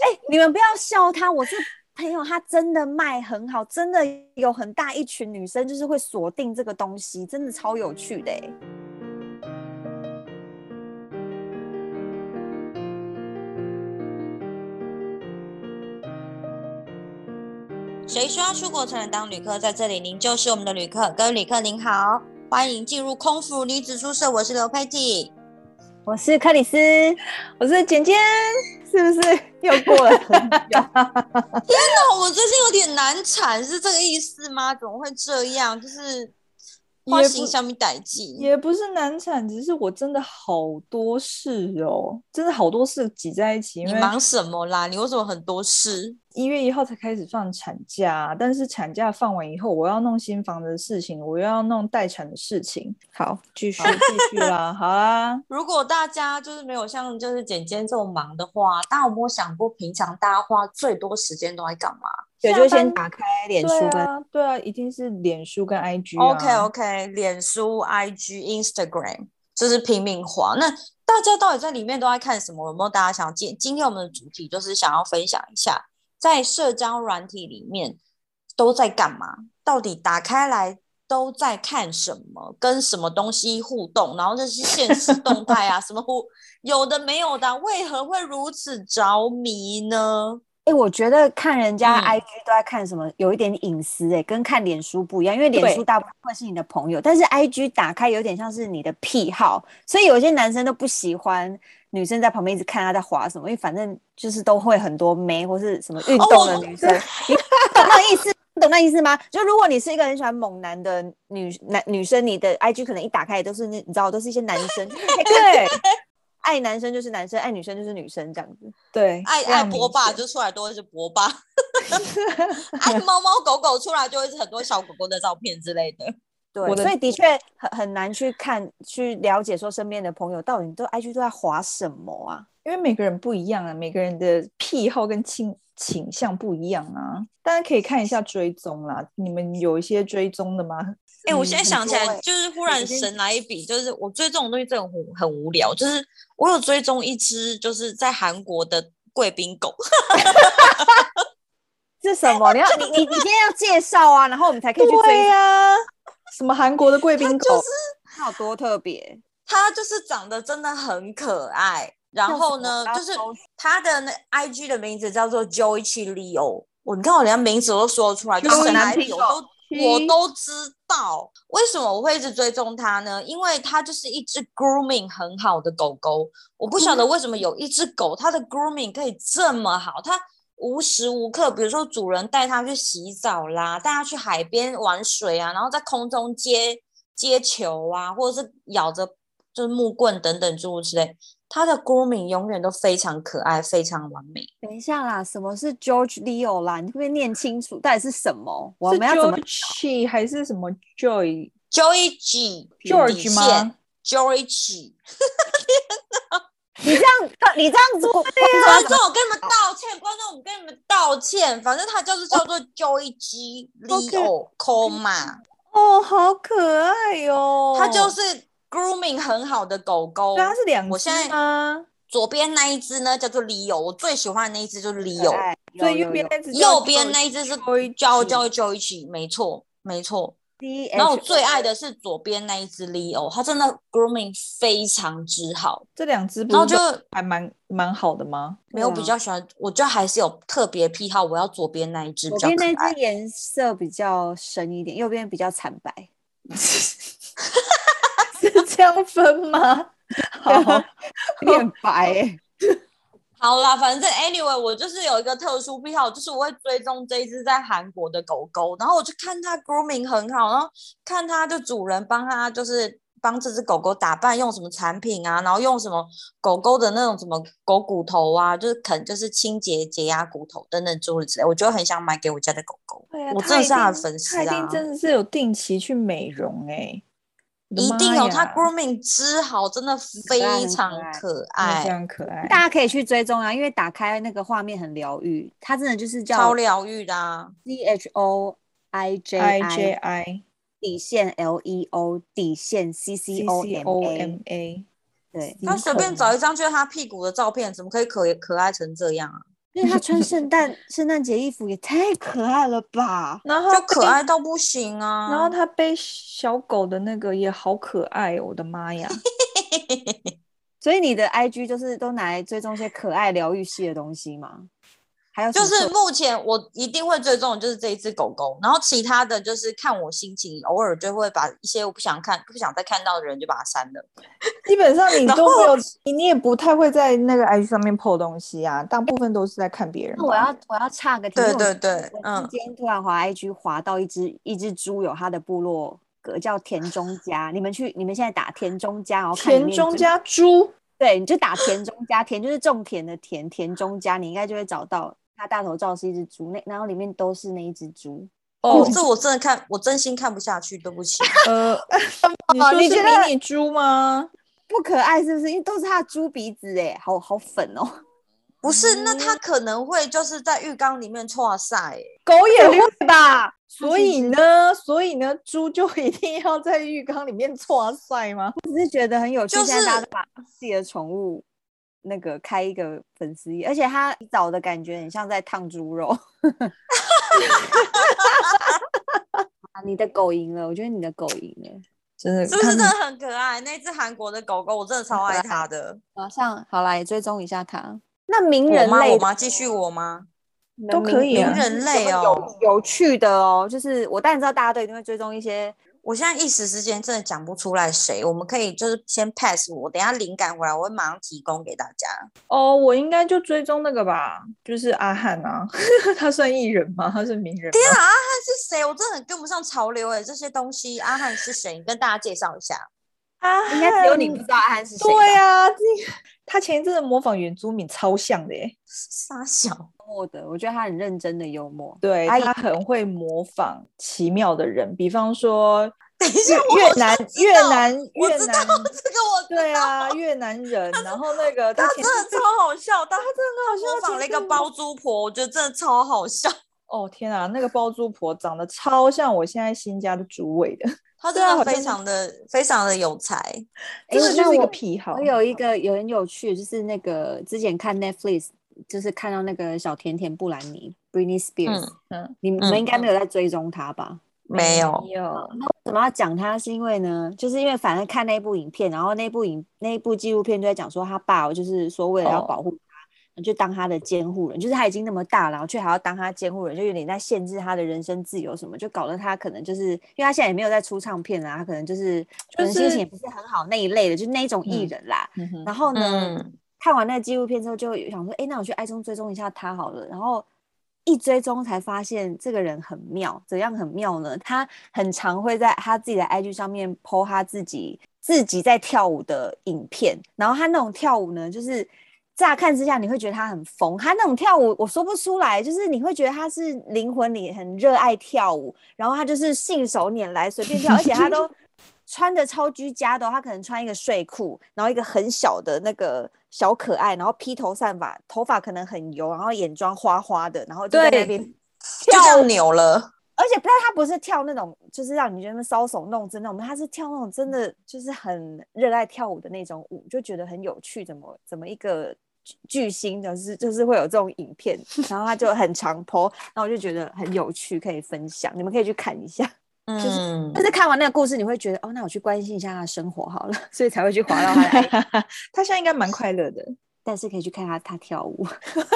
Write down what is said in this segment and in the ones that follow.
哎、你们不要笑他，我这朋友他真的卖很好，真的有很大一群女生就是会锁定这个东西，真的超有趣的、欸。谁说要出国才能当旅客？在这里，您就是我们的旅客。各位旅客您好，欢迎进入空服女子宿舍，我是刘佩蒂。我是克里斯，我是简简，是不是 又过了 很久？那哦我最近有点难产，是这个意思吗？怎么会这样？就是也花不心小米歹计，也不是难产，只是我真的好多事哦，真的好多事挤在一起。因你为忙什么啦？你为什么很多事？一月一号才开始放产假，但是产假放完以后，我要弄新房的事情，我又要弄待产的事情。好，继续继续啦，好啊啦，如果大家就是没有像就是简简这种忙的话，大家有没有想过，平常大家花最多时间都在干嘛、对，下就班先打开脸书对跟、啊，对啊，一定是脸书跟 IG、啊。 o k OK，脸书、IG、Instagram 就是拼命花。那大家到底在里面都在看什么？有没有大家想今今天我们的主题就是想要分享一下，在社交软体里面都在干嘛？到底打开来都在看什么？跟什么东西互动？然后这些现实动态啊，什么互有的没有的啊，为何会如此着迷呢？哎、我觉得看人家嗯 IG 都在看什么，有一点隐私哎、跟看脸书不一样，因为脸对书大部分是你的朋友，但是 IG 打开有点像是你的癖好，所以有些男生都不喜欢女生在旁边一直看他在滑什么，因为反正就是都会很多妹或是什么运动的哦女生，你懂那意思？你懂那意思吗？就如果你是一个很喜欢猛男的女男女生，你的 IG 可能一打开也都是那你知道都是一些男生， 对爱男生就是男生，爱女生就是女生这样子。对，爱非常爱明波霸显就出来都会是波霸，爱猫猫狗狗出来就会是很多小狗狗的照片之类的。对，我的所以的确很很难去看去了解说身边的朋友到底都 IG 都在划什么啊？因为每个人不一样啊，每个人的癖好跟倾倾向不一样啊。大家可以看一下追踪啦，你们有一些追踪的吗？哎、我现在嗯想起很多来，欸就是忽然今天神来一笔，就是我追踪的东西真的很很无聊，就是我有追踪一只就是在韩国的贵宾狗，是什么？你要哎你你你今天要介绍啊，然后我们才可以去对追，呀、什么韩国的贵宾狗？就是它有多特别？它就是长得真的很可爱。然叫后什么呢我，要就是搜它的那 IG 的名字叫做 Joichi Leo，我你看我连名字都说出来，就 Joey 神来一笔拼我哦手都我都知道为什么我会一直追踪它呢？因为它就是一只 grooming 很好的狗狗。我不嗯晓得为什么有一只狗，它的 grooming 可以这么好，它无时无刻，比如说主人带它去洗澡啦，带它去海边玩水啊，然后在空中接接球啊，或者是咬着就是木棍等等诸如此类，它的 grooming 永远都非常可爱，非常完美。等一下啦，什么是 George Leo 啦？你可不可以念清楚到底是什么？我是们要怎么 George 还是什么 Joy Joey G George 吗？ ？Joey G。你这样你这样子，观众，我跟你们道歉，观众，我跟你们道歉。反正他就是叫做 Joey G Leo Coma，哦，好可爱哟、哦！它就是 grooming 很好的狗狗对，。啊它是两我只现在吗？左边那一只呢叫做 Leo，我最喜欢的那一只就是 Leo，哎有最右有边有那只叫右边那一只是 Joy 叫 G 叫 Joey G，没错，没错。 D，然后我最爱的是左边那一只 Leo，它真的 grooming 非常之好，这两只，然后就。还蛮蛮好的吗？ 没有对啊比较喜欢，我就还是有特别癖好，我要左边那一只比左较边可那爱只。颜色比较深一点，右边比较惨 白。是这样分吗？ 好，有点白、欸，好啦，反正 anyway，我就是有一个特殊癖好，就是我会追踪这一只在韩国的狗狗，然后我就看它 grooming 很好，然后看它就主人帮它就是帮这只狗狗打扮，用什么产品啊，然后用什么狗狗的那种什么狗骨头啊，就是啃就是清洁解压骨头等等诸如此类，我就很想买给我家的狗狗，对啊我他真的一是它的定粉丝他一定啊，真的是有定期去美容哎、欸，我的一定妈有它呀 grooming 之好，真的可爱非很可常爱可真的非爱，常可爱。大家可以去追踪啊，因为打开那个画面很疗愈，它真的就是超叫疗愈的、啊。 C H O I J I J I I 底线 L E O 底线 C C C O C M O A M A，对，他随便找一一张就是他屁股的照片，怎么可以可可爱成这样啊？因为他穿圣诞圣诞节衣服也太可爱了吧！然后就它可背爱到不行啊。啊然后他背小狗的那个也好可爱、哦，我的妈呀！所以你的 IG 就是都拿来追踪一些可爱疗愈系的东西吗？还有什就么是做目前我一定会追踪，就是这一只狗狗，然后其他的就是看我心情，偶尔就会把一些我不想看、不想再看到的人就把它删了。基本上你然都没有，你你也不太会在那个 IG 上面 po 东西啊，大部分都是在看别人吧。那我要我要岔个题，对因为我对对我嗯今天突然滑 IG 滑到一只一只猪，有它的部落格叫田中家，你们去你们现在打田中家，然后看里田面中就加猪，对，你就打田中家，田就是种田的田，田中家你应该就会找到它大头照是一只猪，那然后里面都是那一只猪。哦哦，这我真的看，我真心看不下去，对不起。呃，你哦说你是觉迷你猪吗？不可爱是不是？因为都是它的猪鼻子哎，好好粉哦。不是，那它可能会就是在浴缸里面搓晒、欸，狗也 会吧？它所是一以只呢，所以呢，猪就一定要在浴缸里面搓晒吗？只是觉得很有趣，就现在大家是都把自己的宠物那个开一个粉丝页，而且它找的感觉很像在烫猪肉。 啊你的狗赢了，我觉得你的狗赢了。真的是不是看真的很可爱？那只韩国的狗狗，我真的超爱它的。马上好啦，也追踪一下它。那名我人妈，类我的妈继续我妈，你都们名可以名啊人人类有哦。有趣的哦，就是我当然知道大家都一定会追踪一些我现在一时之间真的讲不出来谁，我们可以就是先 pass 我，等一下灵感回来我会马上提供给大家。哦，我应该就追踪那个吧，就是阿汉啊， 他算艺人吗？他是名人吗？ 天啊，阿汉是谁？我真的很跟不上潮流哎、这些东西。阿汉是谁？你跟大家介绍一下。阿汉应该只有你不知道安安是谁吧。对啊，这他前一阵子模仿原住民超像的耶，傻小，幽默的，我觉得他很认真的幽默。对阿姨他很会模仿奇妙的人，比方说 等一越下，我越好像南知越道南我越知道南，这个我知对道，啊越南人，然后那个他他前真阵的超好笑，他他真的好模像仿了一个 包租婆，我觉得真的超好笑。哦天啊，那个包租婆长得超像我现在新家的主委的，他对啊真好的像非常的非常的有才，哎这个那 就是一个我癖好。我有 一个有很有趣，就是那个之前看 Netflix，就是看到那个小甜甜布兰妮 （Britney Spears），、嗯嗯你们你们嗯应该没有在追踪她吧？没有，有，怎么要讲她？是因为呢，就是因为反正看那部影片，然后那部影那部纪录片就在讲说，她爸哦就是说为了要哦保护她，就当她的监护人，就是她已经那么大了，然后却还要当她监护人，就有点在限制她的人身自由什么，就搞得她可能就是，因为她现在也没有在出唱片啦，她可能就是可能心是情也不是很好那一类的，就是那一种艺嗯人啦。嗯哼然后呢，嗯，看完那个纪录片之后，就有想说，哎，那我去 i 中追踪一下他好了。然后一追踪才发现这个人很妙，怎样很妙呢？他很常会在他自己的 IG 上面 po 他自己自己在跳舞的影片，然后他那种跳舞呢，就是。乍看之下，你会觉得他很疯，他那种跳舞我说不出来，就是你会觉得他是灵魂里很热爱跳舞，然后他就是信手拈来，随便跳，而且他 都穿的超居家的哦、他可能穿一个睡裤，然后一个很小的那个小可爱，然后披头散发，头发可能很油，然后眼妆花花的，然后就在那 对边，就这样扭了，而且不是他不是跳那种就是让你觉得搔首弄姿那种，他是跳那种真的就是很热爱跳舞的那种舞，就觉得很有趣，怎么怎么一个。巨巨星就是就是会有这种影片，然后他就很长 po，然后我就觉得很有趣，可以分享，你们可以去看一下。是嗯但，是看完那个故事，你会觉得哦，那我去关心一下他的生活好了， 所以才会去划到 他的 IG，他现在应该蛮快乐的，但是可以去看他他跳舞，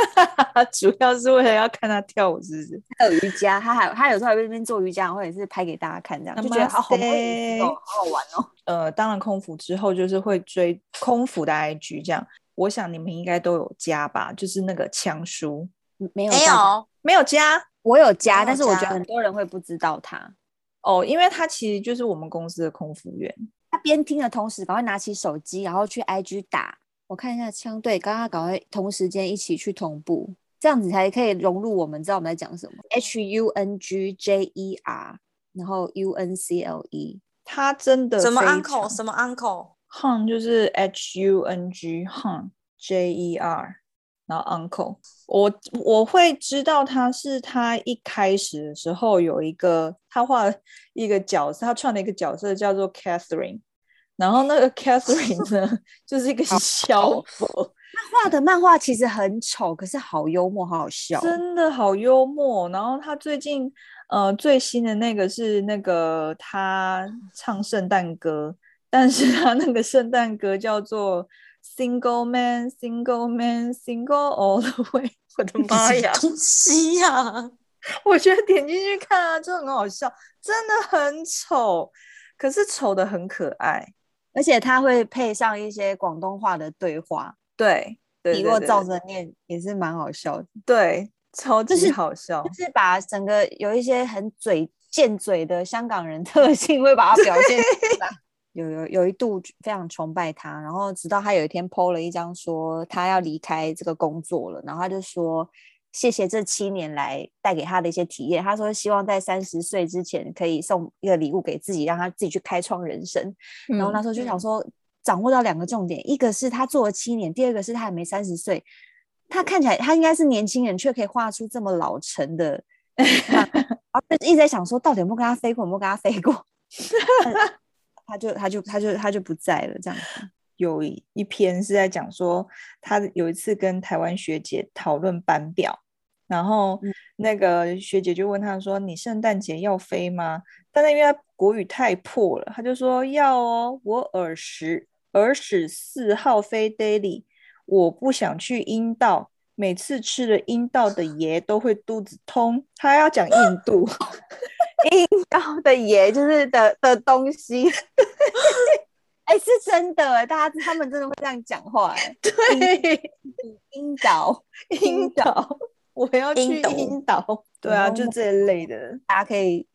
主要是为了要看他跳舞，是不是？还有瑜伽，他还他有时候还会在那边做瑜伽，或者是拍给大家看，这样就觉得好好 Namaste 有意思哦，好好玩哦。呃，当了空服之后，就是会追空服的 IG 这样。我想你们应该都有加吧，就是那个枪叔没有没但有，没有加我有加，我有但是我觉得加很多人会不知道他。哦，因为他其实就是我们公司的空服员。他边听的同时，赶快拿起手机，然后去 IG 打，我看一下枪队，刚刚赶快同时间一起去同步，这样子才可以融入我们知道我们在讲什么。H U N G J E R，然后 U N C L E。他真的什么非 uncle 常什么 uncle， Hung 就是 H U N G Hung J E R，然后 Uncle，我我会知道他是他一开始的时候有一个他画了一个角色，他串了一个角色叫 做 Catherine，然后那个 Catherine 呢就是一个小狗，他画的漫画其实很丑，可是好幽默，好好笑。真的好幽默。然后他最近呃最新的那个是那个他唱圣诞歌，但是他那个圣诞歌叫做 Single Man Single Man Single All the Way。我 的妈呀！东西呀、我觉得点进去看啊，真的很好笑，真的很丑，可是丑的很可爱。而且他会配上一些广东话的对话，对，对你对如果对照着念也是蛮好笑的，对，超就级是好笑就。是把整个有一些很嘴贱嘴的香港人 特性会把它表现出来。有有有一度非常崇拜他，然后直到他有一天 PO 了一张说他要离开这个工作了，然后他就说谢谢这七年来带给他的一些体验。他说希望在三十岁之前可以送一个礼物给自己，让他自己去开创人生。然后那时候就想说，掌握到两个重点，一个是他做了七年，第二个是他还没三十岁。他看起来他应该是年轻人，却可以画出这么老成的 漫画，然后就一直在想说，到底有没有跟他飞过，有没有跟他飞过？他就他就他就他就不在了，这样 子。有一一篇是在讲说，他有一次跟台湾学姐讨论班表，然后嗯那个学姐就问他说：“你圣诞节要飞吗？”但是因为他国语太破了，他就说：“要哦，我耳石耳屎四号飞 daily，我不想去阴道，每次吃了阴道的爷都会肚子痛。”他要讲印度，高的爷就是的的东西， 哎、是真的哎、大家他们真的会这样讲话哎、 对。阴岛，引引导导，我要去引导引导。对啊，就这一类的，大家可以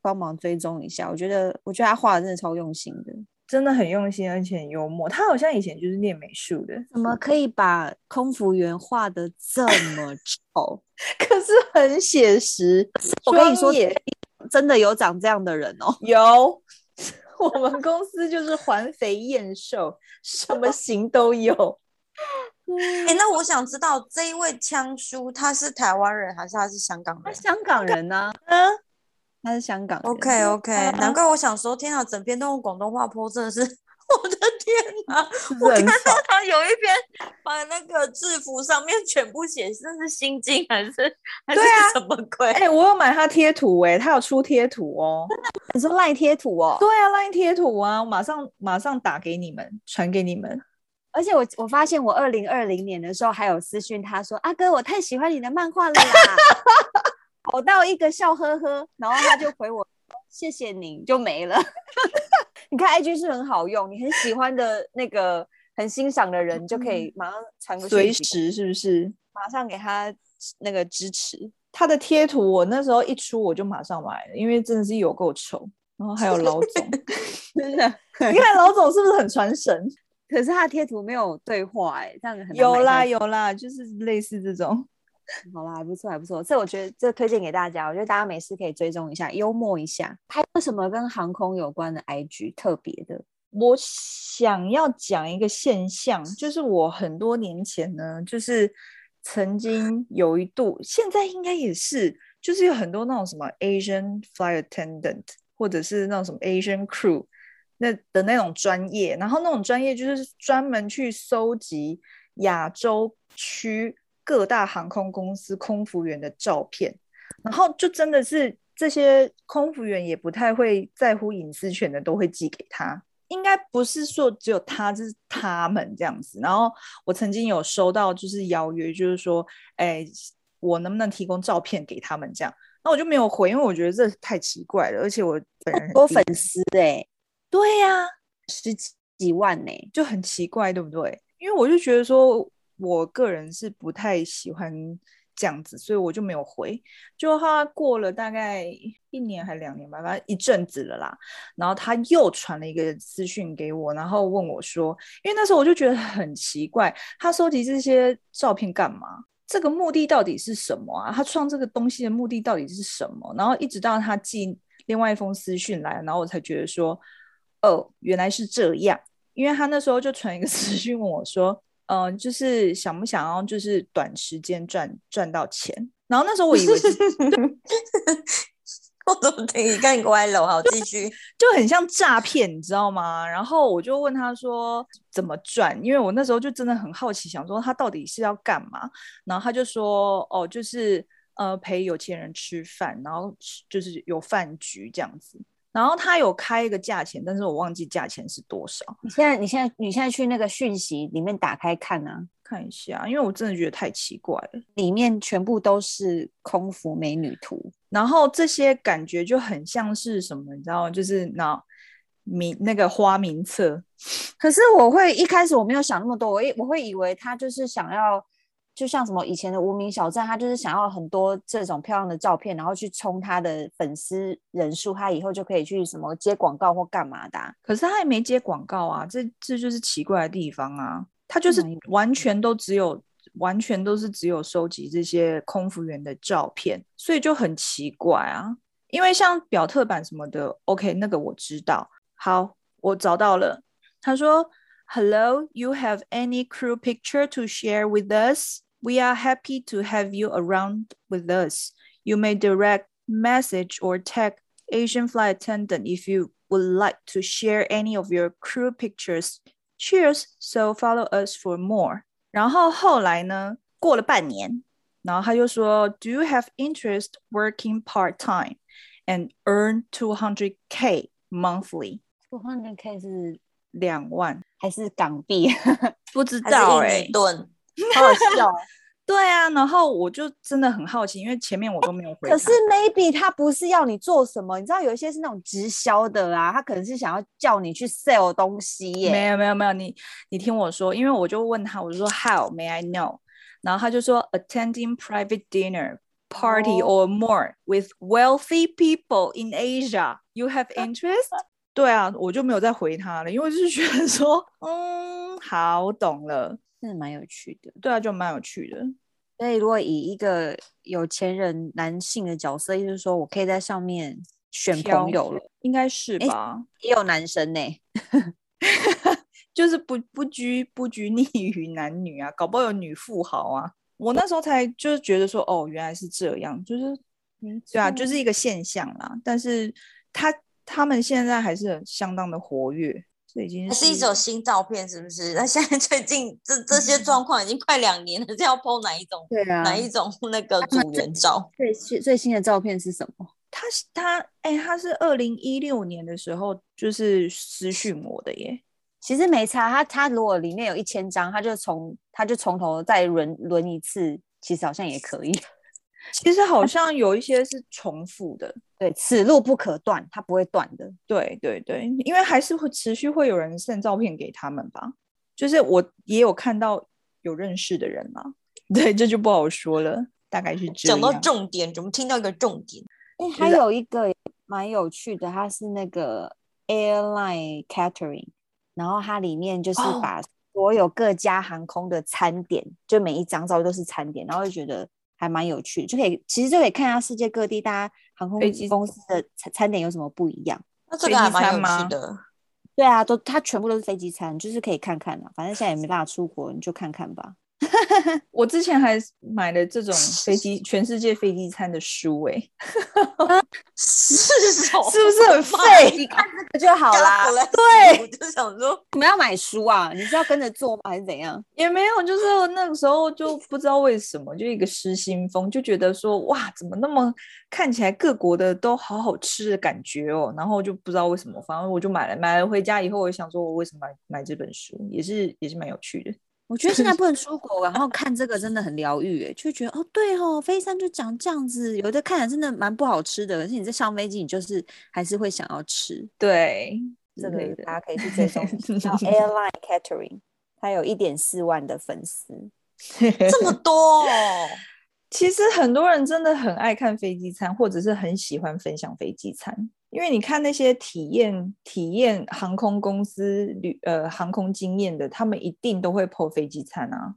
帮忙追踪一下。我觉得我觉得他画的真的超用心的，真的很用心，而且很幽默。他好像以前就是练美术的，怎么可以把空服员画的这 么丑？ 可是很写实。 我跟你说双眼真的有长这样的人哦，有， 我们公司就是环肥燕瘦，什么型都有。哎、那我想知道这一位枪叔他是台湾人还是他是香港他人香港人呢、嗯，他是香港人。 ？OK OK，啊难怪我想说，天啊，整篇都用广东话播，真的是我的天哪！是我很看到少。他有一篇把那个制服上面全部写，这是心经还是还是对啊什么鬼？，哎、我有买他贴图、哎，他有出贴图哦。你说赖贴图哦，对啊，烂贴图啊，我马上马上打给你们，传给你们。而且我我发现我二零二零年的时候还有私讯他说：“阿哥，我太喜欢你的漫画了啦！”我到一个笑呵呵，然后他就回我说：“谢谢您，就没了。” 你看 IG 是很好用，你很喜欢的那个、很欣赏的人，你就可以马上传个嗯随讯息，时是不是？马上给他那个支持。 他的贴图，我那时候一出我就马上买了，因为真的是有够丑。然后还有老总， 真的，你看老总是不是很传神？可是他的贴图没有对话、欸，哎，这样很难有买啦下去有啦，就是类似这种。好啦，还不错，还不错。这我觉得这推荐给大家，我觉得大家没事可以追踪一下，幽默一下。还有什么跟航空有关的 IG 特别的？我想要讲一个现象，就是我很多年前呢，就是曾经有一度，现在应该也是，就是有很多那种什么 Asian flight attendant，或者是那种什么 Asian crew 那的那种专业，然后那种专业就是专门去搜集亚洲区各大航空公司空服员的照片，然后就真的是这些空服员也不太会在乎隐私权的，都会寄给他。应该不是说只有他，就是他们这样子。然后我曾经有收到就是邀约，就是说，哎、我能不能提供照片给他们这样？那我就没有回，因为我觉得这太奇怪了，而且我本人很多低粉调丝哎、哦对呀、十几几万呢、就很奇怪，对不对？因为我就觉得说，我个人是不太喜欢这样子，所以我就没有回。就他过了大概一年还两年吧，反正一阵子了啦。然后他又传了一个私讯给我，然后问我说，因为那时候我就觉得很奇怪，他收集这些照片干嘛？这个目的到底是什么啊？他创这个东西的目的到底是什么？然后一直到他寄另外一封私讯来，然后我才觉得说，哦，原来是这样。因为他那时候就传一个 私讯问我说，嗯、就是想不想要就是短时间赚赚到钱？然后那时候我以为是我怎么听你更歪楼？好，继续。就很像诈骗，你知道吗？然后我就问他说怎么赚，因为我那时候就真的很好奇，想说他到底是要干嘛。然后他就说，哦，就是呃陪有钱人吃饭，然后吃就是有饭局这样子。然后他有开一个价钱，但是我忘记价钱是多少，你现在你现在你现在去那个讯息里面打开看啊，看一下，因为我真的觉得太奇怪了。里面全部都是空服美女图，然后这些感觉就很像是什么，你知道吗，就是那名那个花名册，可是我会一开始我没有想那么多，我以我会以为他就是想要，就像什么以前的无名小站，他就是想要很多这种漂亮的照片，然后去冲他的粉丝人数，他以后就可以去什么接广告或干嘛的啊、可是他也没接广告啊，这这就是奇怪的地方啊，他就是哪一完全都只有完全都是只有收集这些空服员的照片，所以就很奇怪啊。因为像表特版什么的，OK，那个我知道。好，我找到了。他说：“Hello, you have any crew picture to share with us? We are happy to have you around with us. You may direct message or tag Asian flight attendant if you would like to share any of your crew pictures. Cheers! So follow us for more.” 然后后来呢？过了半年，然后他就说：“Do you have interest working part time and earn 200k monthly？” 我看那 K 是两万，还是港币，不知还是道印哎、尼盾？好好笑哦。对啊，然后我就真的很好奇，因为前面我都没有回答。可是 maybe 他不是要你做什么，你知道有一些是那种直销的啊，他可能是想要叫你去 sell 东西耶。没有没有没有，你你听我说，因为我就问他，我就说 How may I know？然后他就说 Attending private dinner party 哦 or more with wealthy people in Asia. You have interest？对啊，我就没有再回他了，因为我就是觉 得说，嗯，好懂了。真的蛮有趣的。对啊，就蛮有趣的。所以，如果以一个有钱人男性的角色，意思是说我可以在上面选挑朋友了，应该是诶吧？也有男生呢、就是不不拘不拘泥于男女啊，搞不好有女富豪啊。我那时候才就是觉得说，哦，原来是这样，就是对啊，嗯就是一个现象啦。但是他他们现在还是很相当的活跃，这已经还是是一首新照片，是不是？那现在最近这这些状况已经快两年了，是要 PO 哪一种？对啊哪一种那个组员照？最新最新的照片是什么？他是他哎、他是二零一六年的时候就是私讯我的耶，其实没差，他他如果里面有一千张，他就从他就从头再轮轮一次，其实好像也可以。其实好像有一些是重复的，对，此路不可断，他不会断的。对对对，因为还是会持续会有人 send 照片给他们吧。就是我也有看到有认识的人啦， 对，这就不好说了，大概是这讲样。到重点，怎么听到一个重点？哎、还有一个也蛮有趣的，它是那个 airline catering，然后它里面就是哦把所有各家航空的餐点，就每一张照片都是餐点，然后就觉得还蛮有趣的，就可以其实就可以看一下世界各地大家航空飞机公司的餐餐点有什么不一样。那这飞个还机蛮餐有吗趣 的。对啊，都它全部都是飞机餐，就是可以看看啦。反正现在也没办法出国，你就看看吧。我之前还买了这种飞机全世界飞机餐的书、欸，哎，是 手是不是很卖废？这就好啦。对，我就想说，你们要买书啊？你是要跟着做吗？还是怎样？也没有，就是我那个时候就不知道为什么，就一个失心疯，就觉得说哇，怎么那么看起来各国的都好好吃的感觉哦，然后就不知道为什么，反正我就买了，买了回家以后，我就想说我为什么买买这本书，也是也是蛮有趣的。我觉得 现在不能出国，然后看这个真的很疗愈，哎，就觉得哦，对哦，飞机餐就长这样子，有的看起来真的蛮不好吃的，可是你在上飞机，你就是还是会想要吃。对，之这个类的大家可以去追踪然后 Airline Catering，它有一点四万的粉丝，这么多哦，其实很多人真的很爱看飞机餐，或者是很喜欢分享飞机餐，因为你看那些体验体验航空公司旅呃航空经验的，他们一定都会 PO 飞机餐啊。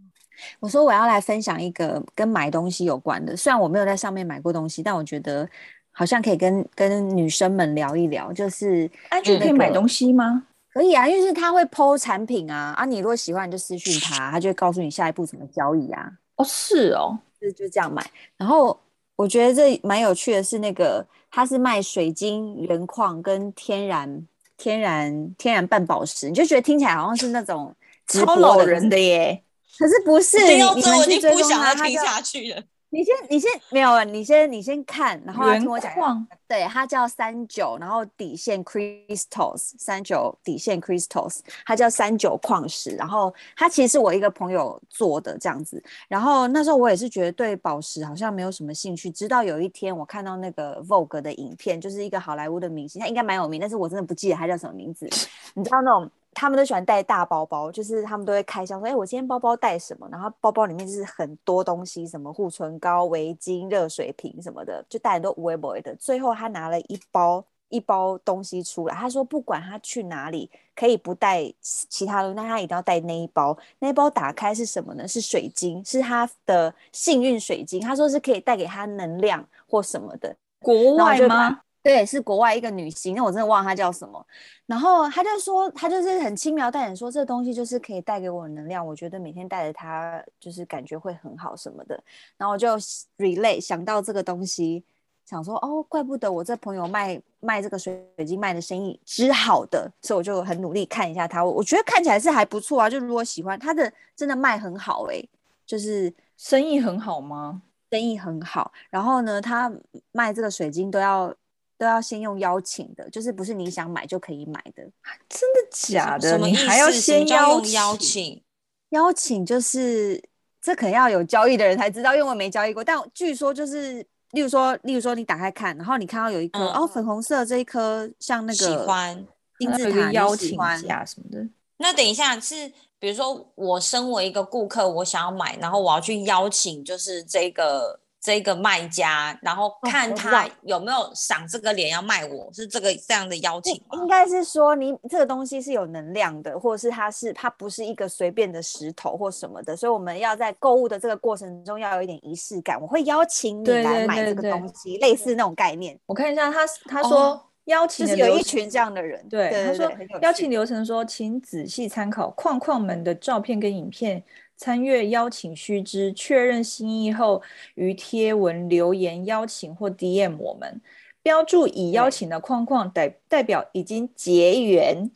我说我要来分享一个跟买东西有关的，虽然我没有在上面买过东西，但我觉得好像可以跟跟女生们聊一聊，就是安全可以买东西吗？可以啊，因为是他会 PO 产品啊，啊，你如果喜欢你就私讯他，他就会告诉你下一步怎么交易啊，哦，是哦，就就这样买。然后我觉得这蛮有趣的是，那个它是卖水晶、原矿跟天然、天然、天然半宝石，你就觉得听起来好像是那种直超播老的人的耶，可是不是听到你你这我们已去经追不踪想他，要他听就下去了。你先你先没有啊，你先你先看，然后他原听我讲。矿对，它叫三九，然后底线 crystals，三九底线 crystals，它叫三九矿石。然后它其实是我一个朋友做的这样子。然后那时候我也是觉得对宝石好像没有什么兴趣，直到有一天我看到那个 Vogue 的影片，就是一个好莱坞的明星，他应该蛮有名，但是我真的不记得他叫什么名字。你知道那种他们都喜欢带大包包，就是他们都会开箱说，哎、我今天包包带什么？然后包包里面就是很多东西，什么护唇膏、围巾、热水瓶什么的，就带很多无为不为的。最后他拿了一包一包东西出来，他说不管他去哪里，可以不带其他东西，但他一定要带那一包。那一包打开是什么呢？是水晶，是他的幸运水晶。他说是可以带给他能量或什么的。国然后外就吗？对，是国外一个女星，那我真的忘了她叫什么。然后她就说，她就是很轻描淡写说，这东西就是可以带给我能量，我觉得每天带着它，就是感觉会很好什么的。然后我就 relate 想到这个东西，想说哦，怪不得我这朋友卖卖这个水晶卖的生意之好的，所以我就很努力看一下它。我我觉得看起来是还不错啊，就如果喜欢它的，真的卖很好诶、就是生意很好吗？生意很好。然后呢，他卖这个水晶都要都要先用邀请的，就是不是你想买就可以买的。真的假的？什么你意还要思？什么先叫用请？邀请？邀请就是这可能要有交易的人才知道，因为我没交易过。但据说就是，例如说，例如说你打开看，然后你看到有一颗、嗯哦粉红色这一颗，像那个喜欢。金还字有一塔个你邀喜请欢价什么的，那等一下是，比如说我身为一个顾客，我想要买，然后我要去邀请，就是这个这个卖家，然后看哦我知他道有没有赏这个脸要卖我，是这个这样的邀请应吗？该是说你这个东西是有能量的，或者是它是它不是一个随便的石头或什么的，所以我们要在购物的这个过程中要有一点仪式感。我会邀请你对来对买对这个对东西，类似那种概念，我看一下他他哦说邀就请的是有流一程群这样的人。对，对，他对说对很有邀趣请流程说，请仔细参考矿矿们的照片跟影片，参阅邀请须知，确认心意后，于贴文留言邀请或 DM 我们，标注已邀对请的矿矿代代表已经结缘。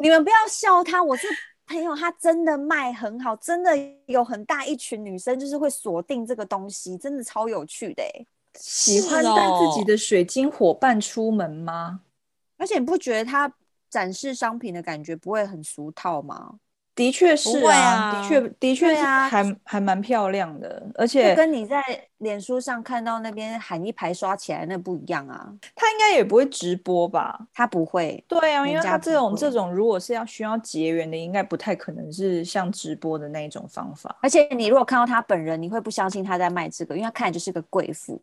你们不要笑他，我是朋友，他真的卖很好，真的有很大一群女生就是会锁定这个东西，真的超有趣的、欸。喜是欢带自己哦的水晶伙伴出门吗？而且你不觉得他展示商品的感觉不会很俗套吗？的确是会的啊确的确对是啊还还蛮漂亮的，而就且跟你在脸书上看到那边喊一排刷起来那不一样啊，他应该也不会直播吧？他不会。对啊，因人为家他这不种这会种，如果是要需要结缘的，应该不太可能是像直播的那一种方法。而且你如果看到他本人，你会不相信他在卖这个，因为他看起来就是个贵妇，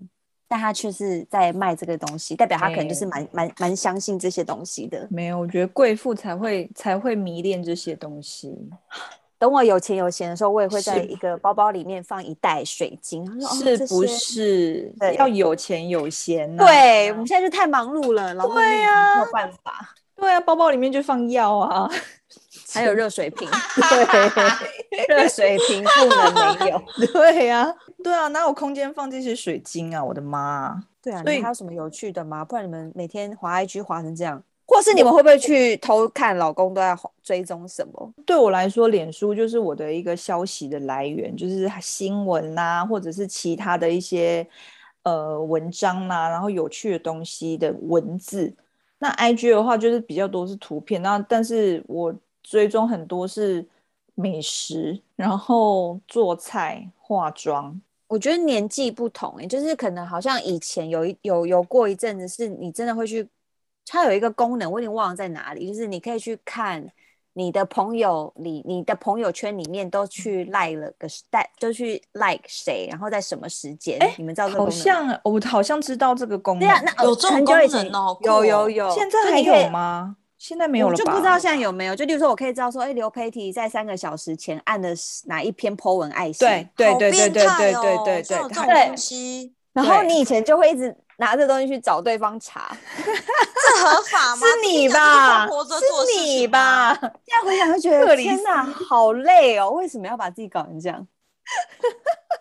但他却是在卖这个东西，代表他可能就是蛮蛮蛮相信这些东西的。没有，我觉得贵妇才会才会迷恋这些东西。等我有钱有闲的时候，我也会在是一个包包里面放一袋水晶。然后说哦，是这不些？是对要有钱有闲呐、对，我们现在就太忙碌了，劳碌对命呀没有办法。对啊，包包里面就放 药啊。还有热水瓶，对热水瓶不能没有。 对呀、啊，对啊，哪有空间放这些水晶啊？我的妈啊、对啊，你所以们还有什么有趣的吗？不然你们每天滑 IG 滑成这样，或是你们会不会去偷看老公都在滑追踪什么？对我来说，脸书就是我的一个消息的来源，就是新闻呐、或者是其他的一些呃文章呐、然后有趣的东西的文字。那 IG 的话，就是比较多是图片，那但是我追踪很多是美食，然后做菜、化妆。我觉得年纪不同、欸，就是可能好像以前有一有有过一阵子，是你真的会去，它有一个功能，我有点忘了在哪里，就是你可以去看你的朋友里，你的朋友圈里面都去 like 了个带，就去 like 谁，然后在什么时间，哎你们知道这个功好能吗？像我好像知道这个功对能，啊，那有呃这种很久以功能前哦好酷有有哦有，现在就还你可以有吗？现在没有我了就吧？不知道现在有没有。就例如说，我可以知道说，哎、刘佩提在三个小时前按的是哪一篇 po 文爱心，对对好对对变对态对哦对对居然有对，这它种对东西，然后对你以前就会一直拿这东西去找对方 查。这合法吗？是这你听起来就是吧？疯婆子是做的事你情吗？吧？ 现在回想就觉克得，里天哪，好累哦！为什么要把自己搞成这样？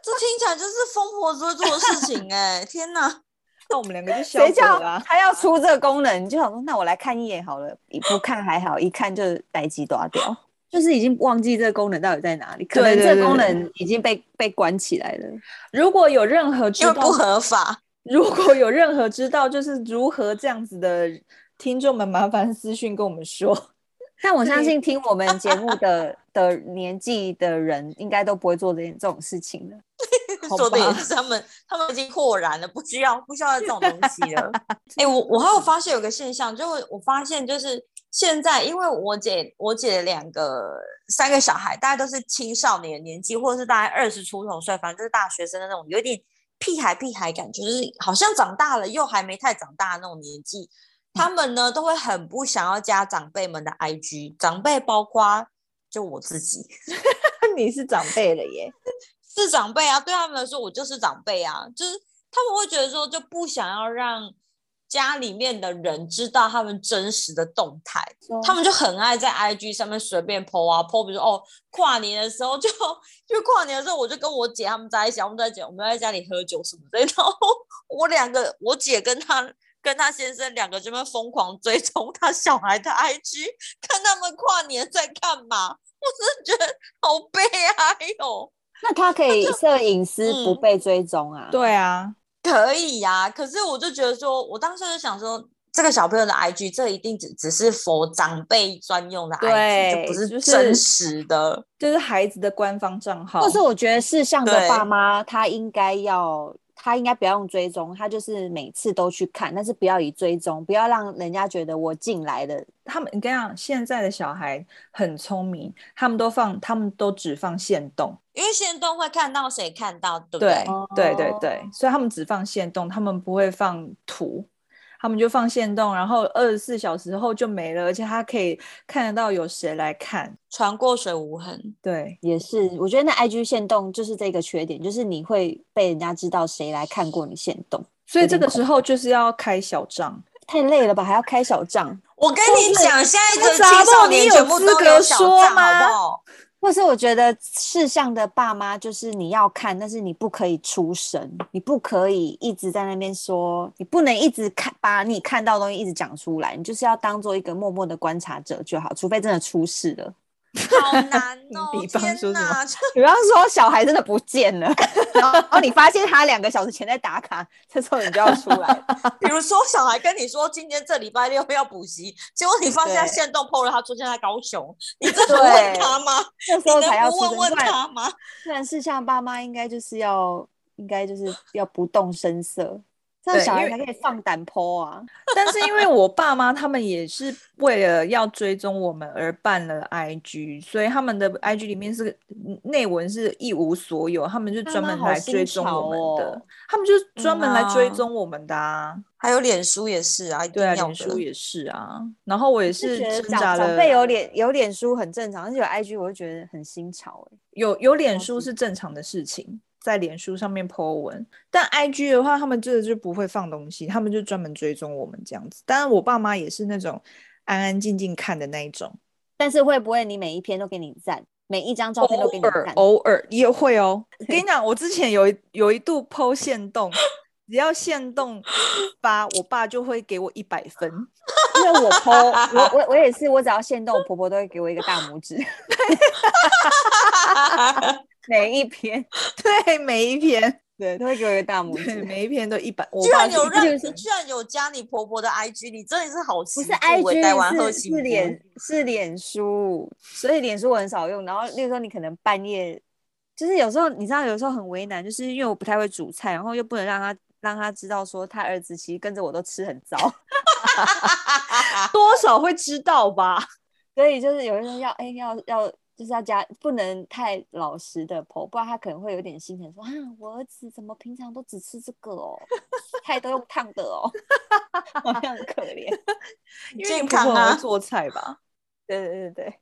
这听起来就是疯婆子会做的事情哎、天哪！那我们两个就消谁火叫啦。他要出这个功能？你就想说，那我来看一眼好了，不看还好，一看就待机断掉，就是已经忘记这个功能到底在哪里，可能对对这个功对能已经被被关起来了。如果有任何知因为道不合法，如果有任何知道就是如何这样子的听众们，麻烦私讯跟我们说。但我相信听我们节目的 的年纪的人，应该都不会做这件这种事情的。好说的也吧是他们，他们已经豁然了，不需要不需要这种东西 了。哎、我我还有发现有个现象，就是我发现就是现在，因为我姐我姐两个三个小孩，大概都是青少年的年纪，或者是大概二十出头岁，反正就是大学生的那种，有点屁孩屁孩感觉，就是好像长大了又还没太长大的那种年纪。嗯他们呢都会很不想要加长辈们的 IG，长辈包括就我自己， 你是长辈了耶，是长辈啊，对他们来说，我就是长辈啊，就是他们会觉得说，就不想要让家里面的人知道他们真实的动态，哦他们就很爱在 IG 上面随便 PO 啊，PO 比如说哦，跨年的时候就就跨年的时候，我就跟我姐他们在一起，我们在姐我们在家里喝酒什么的，然后我两个我姐跟她跟她先生两个这边疯狂追踪她小孩的 IG，看他们跨年在干嘛，我真的觉得好悲哀哦。那他可以设隐私嗯不被追踪啊？，对啊，可以呀、可是我就觉得说，我当时就想说，这个小朋友的 IG，这一定只只是 for 长辈专用的 IG，这对不就是真实的。就是孩子的官方账号，或是我觉得事项的对爸妈，他应该要。他应该不要用追踪，他就是每次都去看，但是不要以追踪，不要让人家觉得我进来的他们，你跟你讲，现在的小孩很聪明，他们都放，他们都只放限动，因为现动会看到谁看到，对不对对？对对对，所以他们只放限动，他们不会放图，他们就放限动，然后二十四小时后就没了，而且他可以看得到有谁来看，船过水无痕，对，也是，我觉得那 IG 限动就是这个缺点，就是你会被人家知道谁来看过你限动，所以有这点个恐时候就是要开小账，太累了吧，还要开小账，我跟你讲，现在的那杂青报少你年有全部资都格有小说账，吗好不好？或是我觉得事项的爸妈就是你要看，但是你不可以出声，你不可以一直在那边说，你不能一直看把你看到的东西一直讲出来，你就是要当做一个默默的观察者就好，除非真的出事了。 好 难哦！比方说天什么哪，就比方说小孩真的不见了，然后然后你发现他两个小时前在打卡，这时候你就要出来。比如说小孩跟你说今天这礼拜六要补习，结果你发现他对现动 PO 了，他出现在高雄，你真的对问他吗？这时你候才要能出不声问问不然他吗？虽然是像爸妈应该就是要，应该就是要不动声色，这样对小因孩为才可以放胆剖啊。但是因为我爸妈他们也是为了要追踪我们而办了 IG，所以他们的 IG 里面是嗯内文是一无所有，他们就爸专妈门好来新追踪我们潮的，哦他们就是专门来追嗯啊踪我们的啊。还有脸书也是啊，一定对啊，要脸书的。也是啊。然后我也就是觉得挣长扎长了，辈有脸有脸书很正常，但是有 IG 我就觉得很新潮哎、有有脸超书级是正常的事情，在脸书上面 po 文，但 IG 的话，他们真的就不会放东西，他们就专门追踪我们这样子。当然，我爸妈也是那种安安静静看的那一种。但是会不会你每一篇都给你赞，每一张照片都给你偶尔赞？偶尔也会哦。我跟你讲，我之前有一有一度剖线动，只要线动发，我爸就会给我一百分。 因为我 PO，我我我也是，我只要限动，我婆婆都会给我一个大 拇指，每一篇对，每一篇，对都会给我一个大拇 对，指。每一篇都一百。我居爸然就有一让定你居然有加你婆婆的 IG，你真的是好不欺是负欸台湾喝 IG 是媳是脸是脸书，所以脸书我很少用。然后，例如说你可能半夜，就是有时候你知道，有时候很为难，就是因为我不太会煮菜，然后又不能让他让他知道说他儿子其实跟着我都吃很糟， 多少会知道吧？所以就是有时候要哎、要要就是要加，不能太老实的剖，不然他可能会有点心疼说啊，我儿子怎么平常都只吃这个哦，菜都用烫的哦， 好像很可怜。 因为健你婆康婆啊很会做菜吧？对对对对，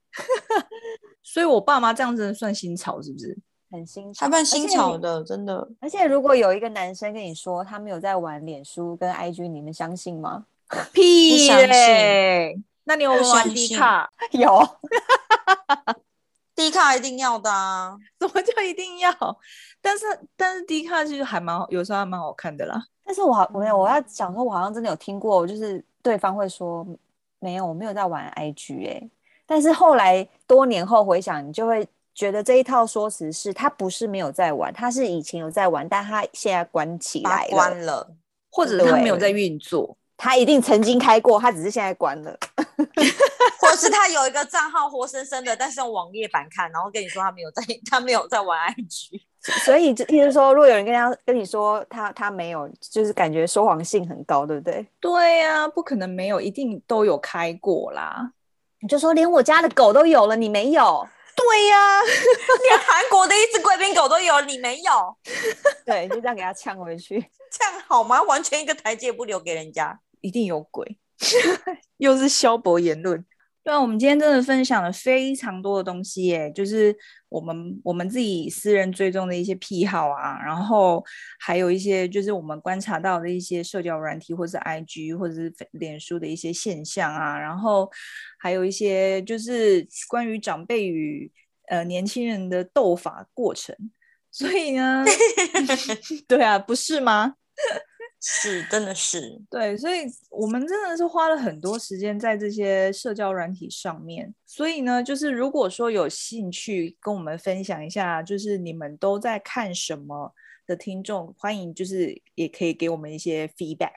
所以我爸妈这样真的算新潮是不是？很心还酸。蛮而且新你潮的，真的。而且如果有一个男生跟你说他没有在玩脸书跟 IG，你们相信吗？ 屁相信嘞！那你有没有不 玩相迪信卡？有，低卡一定要的啊。怎么就一定要？但是但是 D 卡其实还蛮好，有时候还蛮好看的啦。但是我好我没嗯有，我要讲说，我好像真的有听过，就是对方会说没有，我没有在玩 IG 哎、但是后来多年后回想，你就会觉得这一套说辞是他不是没有在玩，他是以前有在玩，但他现在关起把来了，它关了，或者是他没有对在运作，他一定曾经开过，他只是现在关了。或是他有一个账号活生生的，但是用网页版看，然后跟你说他没有在，他没有在玩 IG，所以就意思说，如果有人跟他跟你说他他没有，就是感觉说谎性很高，对不对？对呀、不可能没有，一定都有开过啦。你就说连我家的狗都有了，你没有？对呀、 连韩国的一只贵宾狗都有，你没有，对，就这样给他呛回去。这样好吗？完全一个台阶不留给人家。一定有鬼， 又是萧伯言论。对啊，我们今天真的分享了非常多的东西耶，就是我们我们自己私人追踪的一些癖好啊，然后还有一些就是我们观察到的一些社交软体或是 IG 或者是脸书的一些现象啊，然后还有一些就是关于长辈与呃年轻人的斗法过程。所以 呢，对啊，不是吗？是，真的是。对，所以我们真的是花了很多时间在这些社交软体上面。所以呢，就是如果说有兴趣跟我们分享一下，就是你们都在看什么的听众，欢迎就是也可以给我们一些 feedback，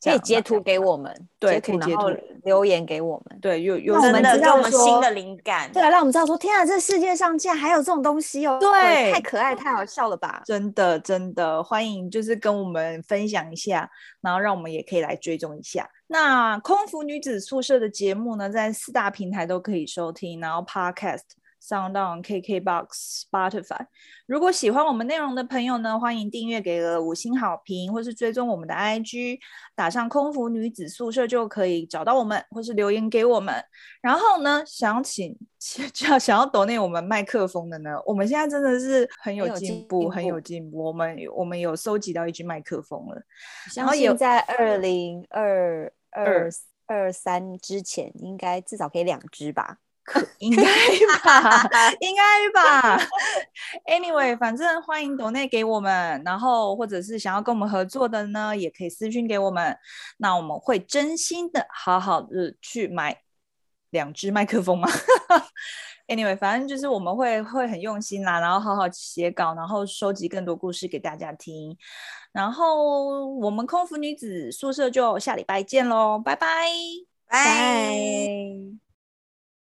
这 可以样截吧图给我们，对截图可以截然后图留言给我们。对，有有那我真什们么的知给道我们新说的灵感。对啊，让我们知道说，天啊，这世界上竟然还有这种东西哦！对太可爱，太好笑了吧？真的真的欢迎，就是跟我们分享一下，然后让我们也可以来追踪一下。那空服女子宿舍的节目呢，在四大平台都可以收听，然后 Podcast、Sound On、KKBox、Spotify。如果喜欢我们内容的朋友呢，欢迎订阅，给个五星好评，或是追踪我们的 IG，打上“空服女子宿舍”就可以找到我们，或是留言给我们。然后呢，想要请 要想要抖内我们麦克风的呢，我们现在真的是很有很有进进步，步很有进步。我们我们有收集到一支麦克风了，然然后后有现在二零二二二三之前，应该至少可以两只吧？可应该吧，应该吧。Anyway，反正欢迎抖内给我们，然后或者是想要跟我们合作的呢，也可以私讯给我们，那我们会真心的好好的去买两只麦克风嘛。Anyway，反正就是我们会会很用心啦，然后好好写稿，然后收集更多故事给大家听。然后我们空服女子宿舍就下礼拜见喽，拜拜。拜。